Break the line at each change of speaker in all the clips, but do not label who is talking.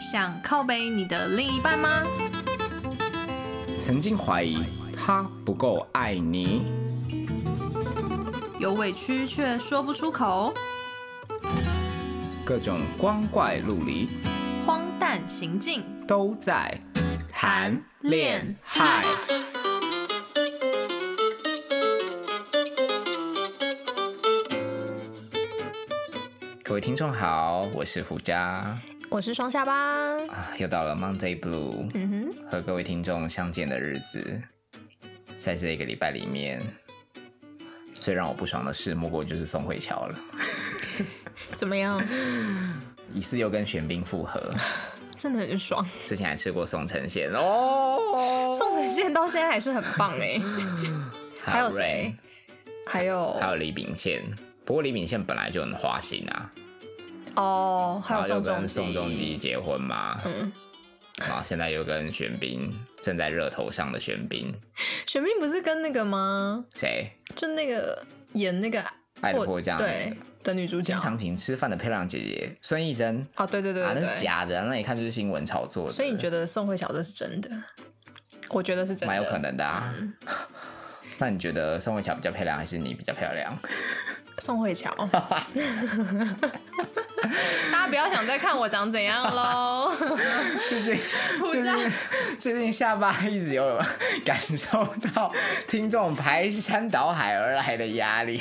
想靠背你的另一半吗？
曾经怀疑他不够爱你，
有委屈却说不出口，
各种光怪陆离
荒诞行径，
都在谈恋爱。各位听众好，我是胡佳
我是双下巴。
啊，又到了 Monday Blue
嗯哼，
和各位听众相见的日子，在这一个礼拜里面，最让我不爽的事，莫过于就是宋慧乔了，
怎么样？
疑似又跟玄彬复合。
真的很爽。
之前还吃过宋承宪哦，
宋承宪到现在还是很棒哎、还有
好
谁
Rain，
还有
还有李秉宪。不过李秉宪本来就很花心啊，
哦，还
然
有
后又
宋仲
跟宋仲基
基。
结婚嘛，
嗯，
然后现在又跟玄彬正在热头上的玄彬，
玄彬不是跟那个吗？
谁？
就那个演那个
爱的迫降
对的女主角
经。常请吃饭的漂亮姐姐孙艺珍
哦，对对对
啊，
对
那是
对。
假的，那一看就是新闻炒作的。
所以你觉得宋慧乔这是真的？我觉得是真的，
蛮有可。能 的啊。那你觉得宋慧乔比较漂亮，还是你比较漂亮？
宋慧 乔，大家不要想再看我长怎样 喽。
最近
我这
最近
样
最近下巴一直有 感受到听众排山倒海而来的压力，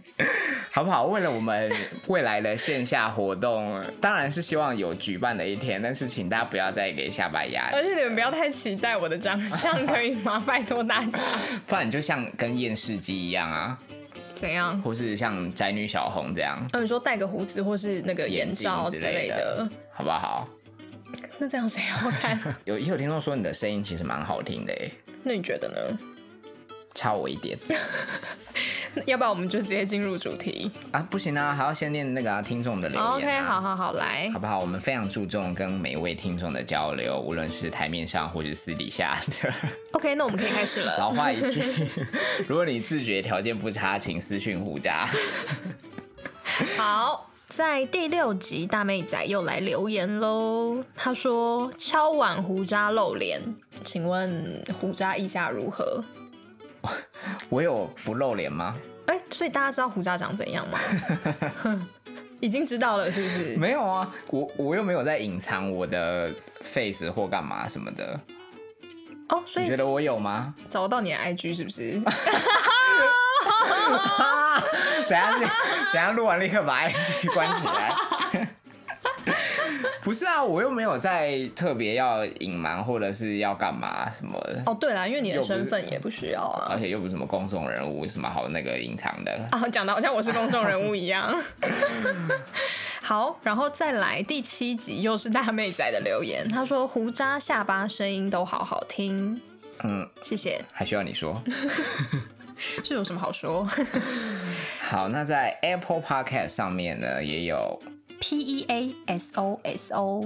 好不好？为了我们未来的线下活动，当然是希望有举办的一天，但是请大家不要再给下巴压力
而，且你们不要太期待我的长相，可以吗？拜托大家。
不然你就像跟验视机一样啊，
怎样？
或是像宅女小红这样，
哦，你说戴个胡子或是那个眼罩
之
类
类的，好不好？
那这样谁要 看？
有也有听众说你的声音其实蛮好听的诶，
那你觉得呢？
差我一点
那要不然我们就直接进入主题。
啊，不行啊，还要先念那个、啊、听众的留言、啊。
OK，好好好，来
好，不好？我们非常注重跟每一位听众的交流，无论是台面上或者私底下的。
OK，那我们可以开始了。
老话一句， 如果你自觉条件不差，请私讯胡家。
好，在第六集，大妹仔又来留言喽。她说敲碗胡渣露脸，请问胡渣意下如何？
我有不露脸吗？
哎、所以大家知道胡渣长怎样吗？ 已经知道了，是不是？
没有啊，我我又没有在隐藏我的 face 或干嘛什么的。
哦，所
你觉
以
得我有吗？
找到你的 IG 是不是？
等 下等下录完立刻把 IG 关起来。 不是啊，我又没有在特别要隐瞒或者是要干嘛什么的。
哦，对啦，因为你的
又不是
身份也不需要啊
而。且又不是什么公众人物，有什么好那个隐藏的？
啊，讲的好像我是公众人物一样。好，然后再来第七集，又是大妹仔的留言，她说胡渣下巴声音都好好听，
嗯，
谢谢，
还需要你说？
这有什么好说
好，那在 Apple Podcast 上面呢，也有
？P E A S O S O，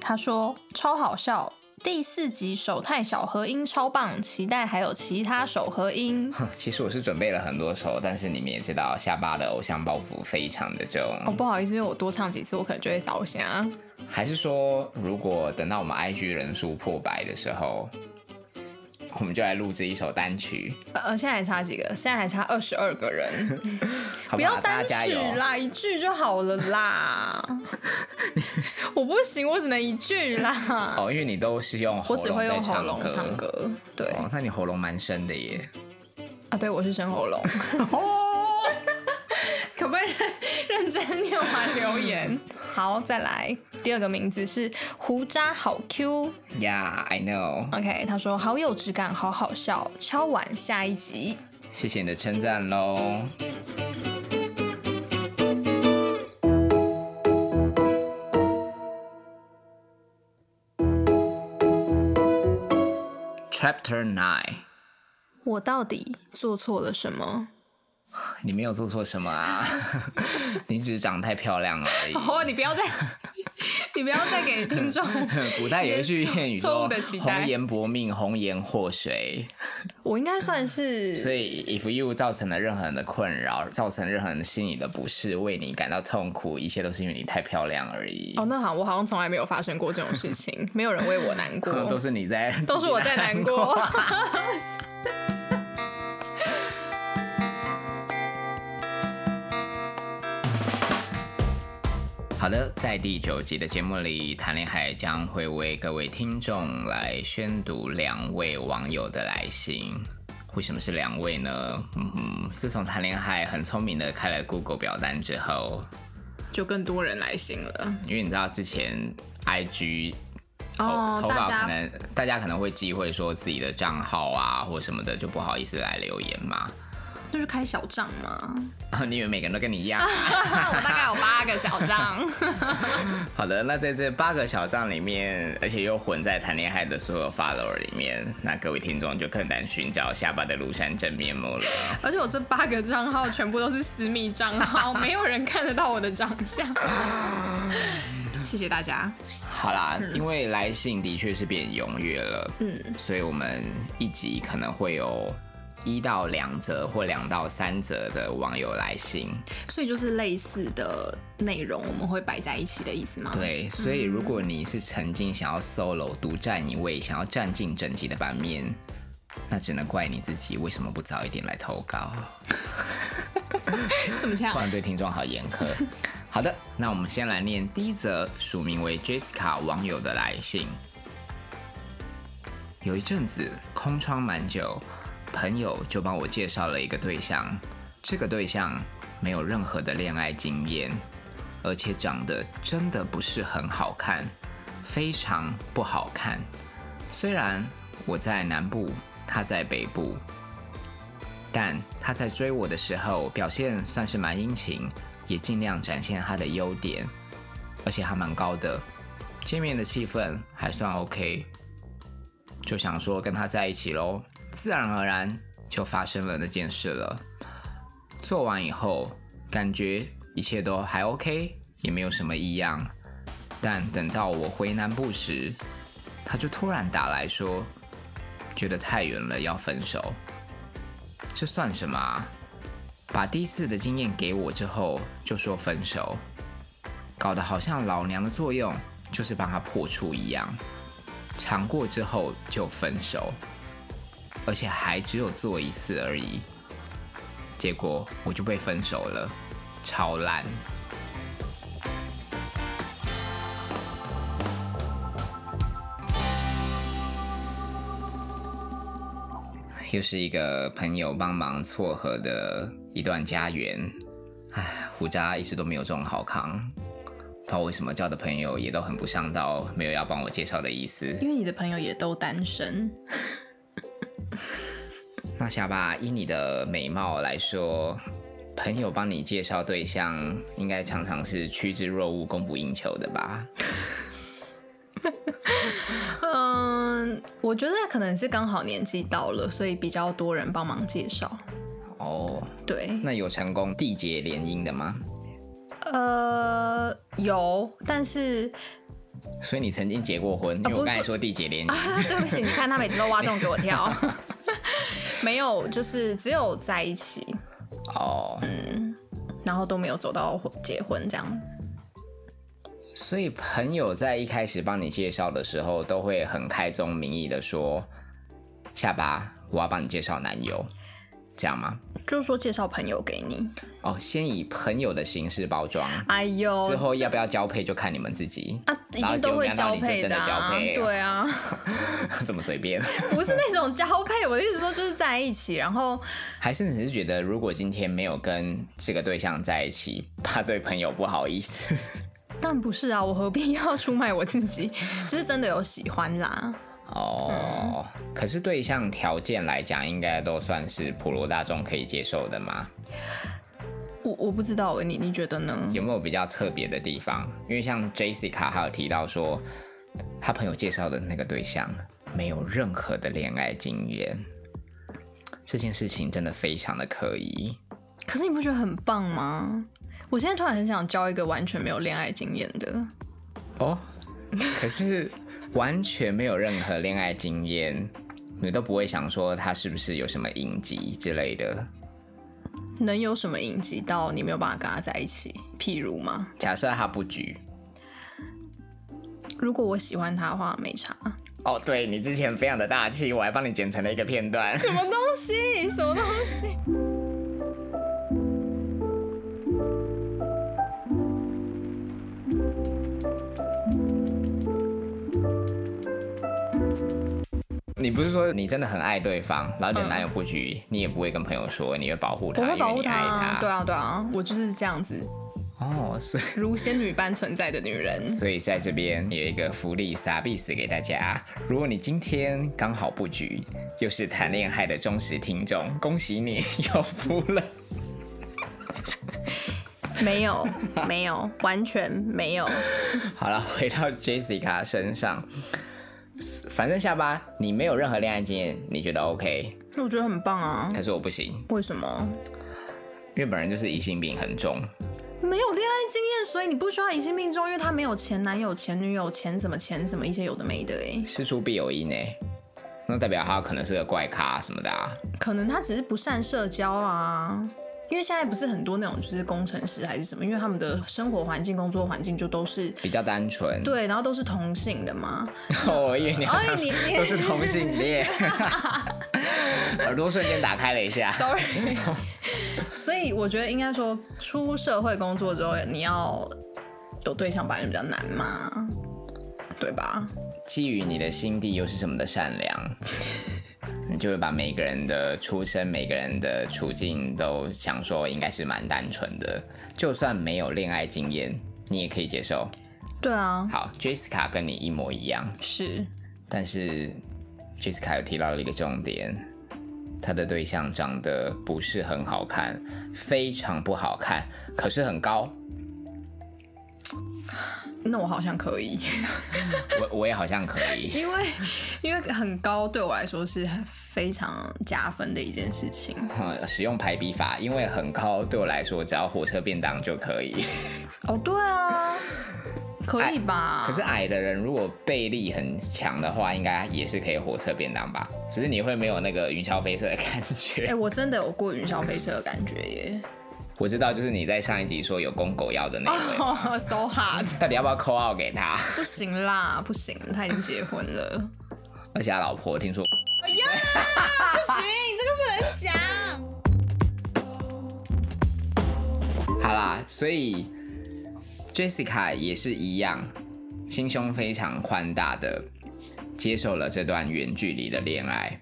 她说超好笑。第四集手太小合音超棒，期待还有其他手合音。
其实我是准备了很多首，但是你们也知道，下巴的偶像包袱非常的重。
哦，不好意思，因为我多唱几次，我可能就会烧香。
还是说，如果等到我们 IG 人数破百的时候，我们就来录制一首单曲，
呃，呃现在还差几个？现在还差二十二个人。
好
不
好？
要
大家
单
加
曲
油！
啦，一句就好了 啦。我不行，我只能一句啦。
哦，因为你都是用喉
我只
咙
会
在
用喉
唱
咙
歌。
唱歌，对
哦，那你喉咙蛮深的耶。
啊，对我是生喉咙，
哦，
可不可以认认真念完留 言？好，再来第二个名字是胡渣好 Q。
Yeah，I know。
OK，他说好有质感，好好笑，敲碗下一集。
谢谢你的称赞喽。Chapter Nine，
我到底做错了什 么？
你没有 做错什么啊，你只是长得太漂亮了而已。
哦，你不要再，你不要再给听众
古代有一句谚语
错
说
误的期：“待
红颜薄命，红颜祸水。”
我应该算
嗯所
是
以，if you 造成了任何人的困扰，造成任何人心里的不适，为你感到痛苦，一切都是因为你太漂亮而已。
哦，那好，我好像从来没有发生过这种 事情，没有人为我难过，
都是你在，
都是我在难过。。
好的，在第九集的节目里，谈恋爱将会为各位听众来宣读两位网友的来信。为什么是两位呢？嗯，自从谈恋爱很聪明的开了 Google 表单之后，
就更多人来信了
因为你知道之前 IG 投、
哦
投
大
稿
家
可能大家可能会忌讳说自己的账号啊或什么的，就不好意思来留言嘛。
就是开小账嘛，
然后你以为每个人都跟你一样？
我大概有八个小账，
好的，那在这八个小账里面，而且又混在谈恋爱的所有 follower 里面，那各位听众就更难寻找下巴的庐山真面目了。
而且我这八个账号全部都是私密账号，没有人看得到我的长 相。谢谢大家，
好啦，因为来信的确是变踊跃了，嗯，所以我们一集可能会有一到两则或两到三则的网友来信，
所以就是类似的内容，我们会摆在一起的意思吗？
对，所以如果你是曾经想要 solo 独占一位，想要占尽整集的版面，那只能怪你自己为什么不早一点来投稿。
怎么这样
不？然对听众好严苛。好的，那我们先来念第一则署名为 Jessica 网友的来信。有一阵子空窗蛮久，朋友就帮我介绍了一个对象，这个对象没有任何的恋爱经验，而且长得真的不是很好看，非常不好看。虽然我在南部，他在北部，但他在追我的时候表现算是蛮殷勤，也尽量展现他的优点，而且还蛮高的。见面的气氛还算 OK，就想说跟他在一起喽，自然而然就发生了那件事了。做完以后，感觉一切都还 OK，也没有什么异样。但等到我回南部时，他就突然打来说，觉得太远了，要分手。这算什么、啊？把第一次的经验给我之后，就说分手，搞得好像老娘的作用就是帮他破处一样。尝过之后就分手，而且还只有做一次而已。结果我就被分手了，超烂。又是一个朋友帮忙撮合的一段家园。唉，胡渣一直都没有这种好康，不知道为什么交的朋友也都很不上道，没有要帮我介绍的意思。
因为你的朋友也都单身，
那下巴，以你的美貌来说，朋友帮你介绍对象，应该常常是趋之若鹜、供不应求的吧？
嗯，我觉得可能是刚好年纪到了，所以比较多人帮忙介绍。
哦，
对，
那有成功缔结联姻的吗？
呃，有，但是
所以你曾经结过婚？因为
不
我刚才说缔结联姻，
啊对不起，你看他每次都挖洞给我跳。 没有，就是只有在一起，
哦，
然后都没有走到婚结婚这样。
所以朋友在一开始帮你介绍的时候，都会很开宗明义的说：“下巴，我要帮你介绍男友。”这样吗？
就是说介绍朋友给你，
哦，先以朋友的形式包装，
哎呦，
之后要不要交配就看你们自己。
啊，一定都会交配的、
然
啊，
后结果没有
对啊，
这么随便？
不是那种交配，我的意思说就是在一起，然后
还是你是觉得，如果今天没有跟这个对象在一起，怕对朋友不好意思？
但不是啊，我何必要出卖我自己？ 就是真的有喜欢啦，
哦，可是对象条件来讲，应该都算是普罗大众可以接受的嘛？
我我不知道欸，你你觉得呢？
有没有比较特别的地方？因为像 Jessica 还有提到说，他朋友介绍的那个对象没有任何的恋爱经验，这件事情真的非常的可疑。
可是你不觉得很棒吗？我现在突然很想交一个完全没有恋爱经验的，
哦，可是完全没有任何恋爱经验，你都不会想说他是不是有什么隐疾之类的。
能有什么影集到你没有办法跟他在一起？譬如吗？
假设他不举，
如果我喜欢他的话，没差。
哦，对你之前非常的大气，我还帮你剪成了一个片段。
什么东 西？什么东西？
你不是说你真的很爱对方，然后你的男友不举，你也不会跟朋友说，你会保护他，
我会保
因
护
为你爱
啊
他。
对啊，对啊，我就是这样子，
哦，所以
如仙女般存在的女人。
所以在这边有一个福利撒币死给大家，如果你今天刚好布局，又是谈恋爱的忠实听众，恭喜你 有福了。
没有，没有，完全没有。
好了，回到 Jessica 身上，反正下巴你没有任何恋爱经验，你觉得 OK，
我觉得很棒啊。
可是我不行，
为什么？
因为本人就是疑心病很重。
没有恋爱经验，所以你不需要疑心命中，因为他没有前男友、前女友、前什么前什么一些有的没的哎、
事出必有因呢、欸那代表他可能是个怪咖什么的啊。
可能他只是不善社交啊。因为现在不是很多那种就是工程师还是什么，因为他们的生活环境、工作环境就都是
比较单纯，
对，然后都是同性的嘛。
我以为你好像
哎你你
都 是同性恋，耳朵瞬间打开了一下。
Sorry，所以我觉得应该说出社会工作之后，你要有对象本来就比较难嘛，对吧？
基于你的心地又是这么的善良， 你就会把每个人的出身、每个人的处境都想说应该是蛮单纯的，就算没有恋爱经验，你也可以接受。
对啊，
好，Jessica 跟你一模一样，
是
但是 Jessica 有提到了一个重点，她的对象长得不是很好看，非常不好看，可是很高。
那我好像可以，
我我也好像可以，
因为 因为很高对我来说是非常加分的一件事情。
嗯使用排比法，因为很高对我来说，只要火车便当就可以。
哦，对啊，可以吧？
哎可是矮的人如果背力很强的话，应该也是可以火车便当吧？只是你会没有那个云霄飞车的感
哎、
觉。
我真的有过云霄飞车的感觉耶！
我知道，就是你在上一集说有公狗要的那位，
哦、s o hard，
到底要不要扣号给他？
不行啦，不行，他已经结婚了。
而且他老婆听说
哎呀，不行，这个不能讲。
好啦，所以 Jessica 也是一样，心胸非常宽大的接受了这段远距离的恋爱。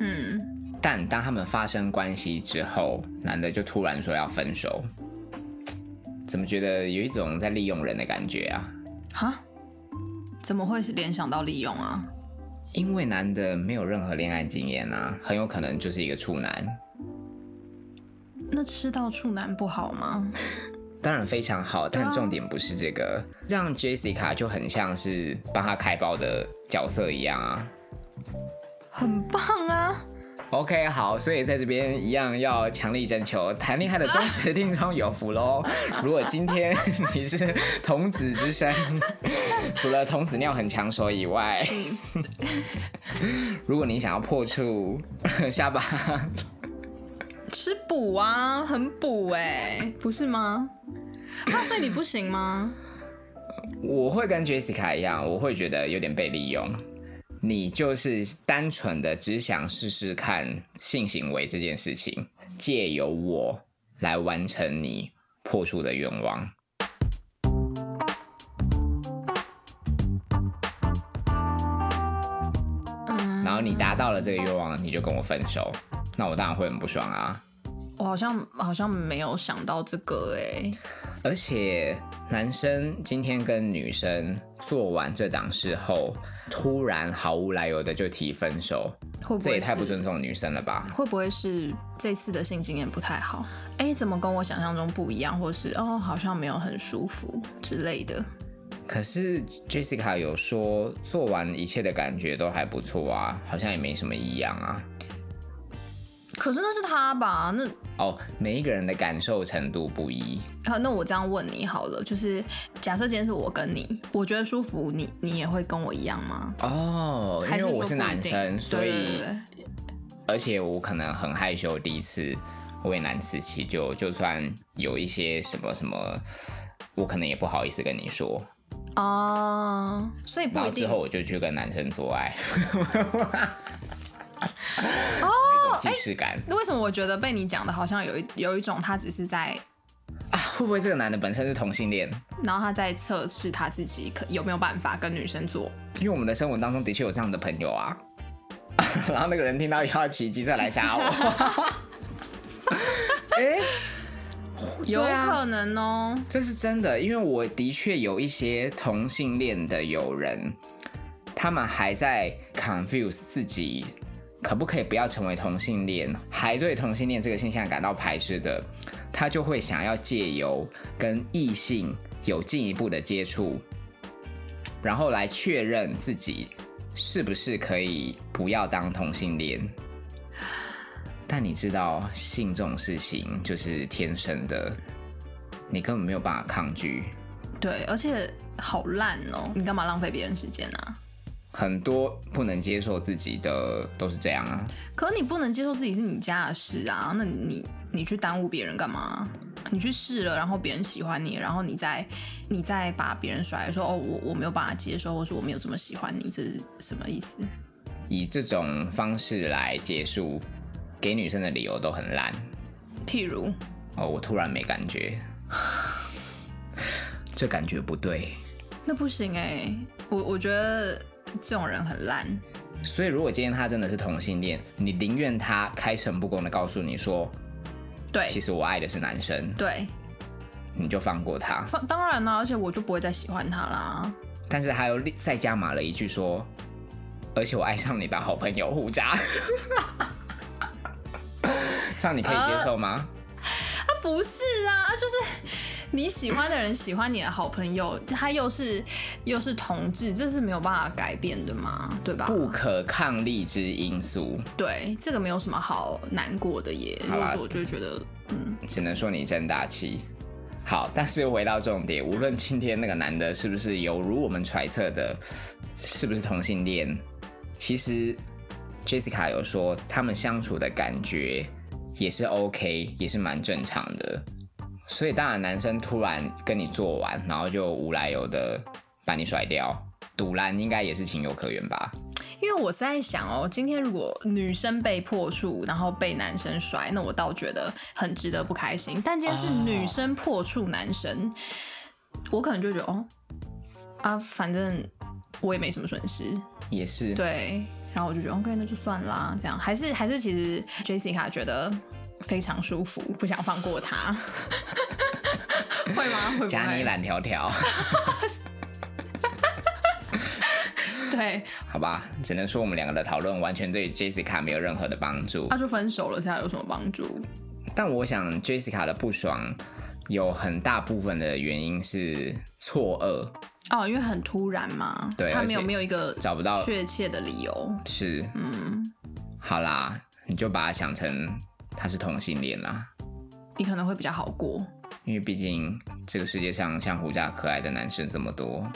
嗯，
但当他们发生关系之后，男的就突然说要分手，怎么觉得有一种在利用人的感觉啊？
哈，怎么会联想到利用啊？
因为男的没有任何恋爱经验啊，很有可能就是一个处男。
那吃到处男不好吗？
当然非常好，但重点不是这个，让 Jessica 就很像是帮他开包的角色一样啊。
很棒啊！
OK，好，所以在这边一样要强力征求谈恋爱的忠实听众有福喽。如果今天你是童子之身，除了童子尿很抢手以外， 如果你想要破处下巴，
吃补啊，很补哎、不是吗？那所以你不行吗？
我会跟 Jessica 一样，我会觉得有点被利用。你就是单纯的只想试试看性行为这件事情，借由我来完成你破处的愿望。
嗯，
然后你达到了这个愿望，你就跟我分手，那我当然会很不爽啊。
我好像好像没有想到这个哎、
而且男生今天跟女生做完这档事后，突然毫无来由的就提分手，
会不会
这也太
是
不尊重女生了吧？
会不会是这次的性经验不太好？哎、怎么跟我想象中不一样？或是哦，好像没有很舒服之类的？
可是 Jessica 有说做完一切的感觉都还不错啊，好像也没什么异样啊。
可是那是他吧？那
哦，每一个人的感受程度不一，
好，那我这样问你好了，就是假设今天是我跟你，我觉得舒服，你你也会跟我一样吗？
哦，因
还
为
说
我是
不一
男
定
生，所以
对对对对
而且我可能很害羞，第一次为难时期就就算有一些什么什么，我可能也不好意思跟你说，
哦，所以不
然后
一
之
定
后我就去跟男生做爱，
哦。
有一种既视感、
那为什么我觉得被你讲的好像有一有一种他只是在，
啊！会不会这个男的本身是同性恋？
然后他在测试他自己可有没有办法跟女生做？
因为我们的生活当中的确有这样的朋友啊。 然后那个人听到要骑机车来吓我， 哎、
有
对啊
可能哦。
这是真的，因为我的确有一些同性恋的友人，他们还在 confuse 自己可不可以不要成为同性恋，还对同性恋这个现象感到排斥的，他就会想要借由跟异性有进一步的接触，然后来确认自己是不是可以不要当同性恋。但你知道，性这种事情就是天生的，你根本没有办法抗拒。
对，而且好烂哦，你干嘛浪费别人时间啊？
很多不能接受自己的都是这样啊，
可你不能接受自己是你家的事啊，那你你去耽误别人干嘛？你去试了，然后别人喜欢你，然后你再你再把别人甩了，说哦我我没有办法接受，或者我没有这么喜欢你，这是什么意思？
以这种方式来结束，给女生的理由都很烂。
譬如
哦，我突然没感觉， 这感觉不对。
那不行哎、我我觉得这种人很烂，
所以如果今天他真的是同性恋，你宁愿他开诚布公的告诉你说，其
对
实我爱的是男生，
对，
你就放过他。
放当然啦，而且我就不会再喜欢他啦。
但是还有另再加码了一句说，而且我爱上你的好朋友胡渣， 这样你可以接受吗？
不是啊，就是你喜欢的人喜欢你的好朋友，他又是又是同志，这是没有办法改变的嘛，对吧？
不可抗力之因素，
对，这个没有什么好难过的耶。如
好
果
啦
是我就会觉得，
只能说你真大气。好，但是回到重点，无论今天那个男的是不是有如我们揣测的，是不是同性恋，其实 Jessica 有说他们相处的感觉也是 OK，也是蛮正常的。所以当然，男生突然跟你做完，然后就无来由的把你甩掉，堵拦应该也是情有可原吧？
因为我是在想哦，今天如果女生被破处，然后被男生甩，那我倒觉得很值得不开心。但今天是
哦
女生破处男生，我可能就觉得哦，啊，反正我也没什么损失，
也是。
对，然后我就觉得 OK，那就算啦，这样还是还是其实 Jessica 觉得非常舒服，不想放过他， 会吗？会不
加你
会？
懒条条，
对，
好吧，只能说我们两个的讨论完全对 Jessica 没有任何的帮助。
他就分手了，现在有什么帮助？
但我想 Jessica 的不爽有很大部分的原因是错愕，
哦，因为很突然嘛，
对
他
而
没有
且
没有一个
找不到
确切的理由，
是，嗯，好啦，你就把它想成他是同性恋啦，
你可能会比较好过。
因为毕竟这个世界上像胡渣可爱的男生这么多，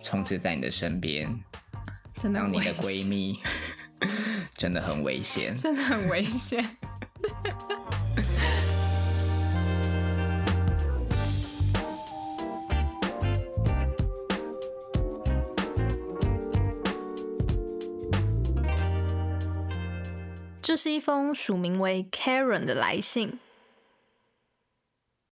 充斥在你的身边，
真的
当
很
你
危
的
险，
闺蜜， 真的很危险。
真的很危险。这是一封署名为 Karen 的来信。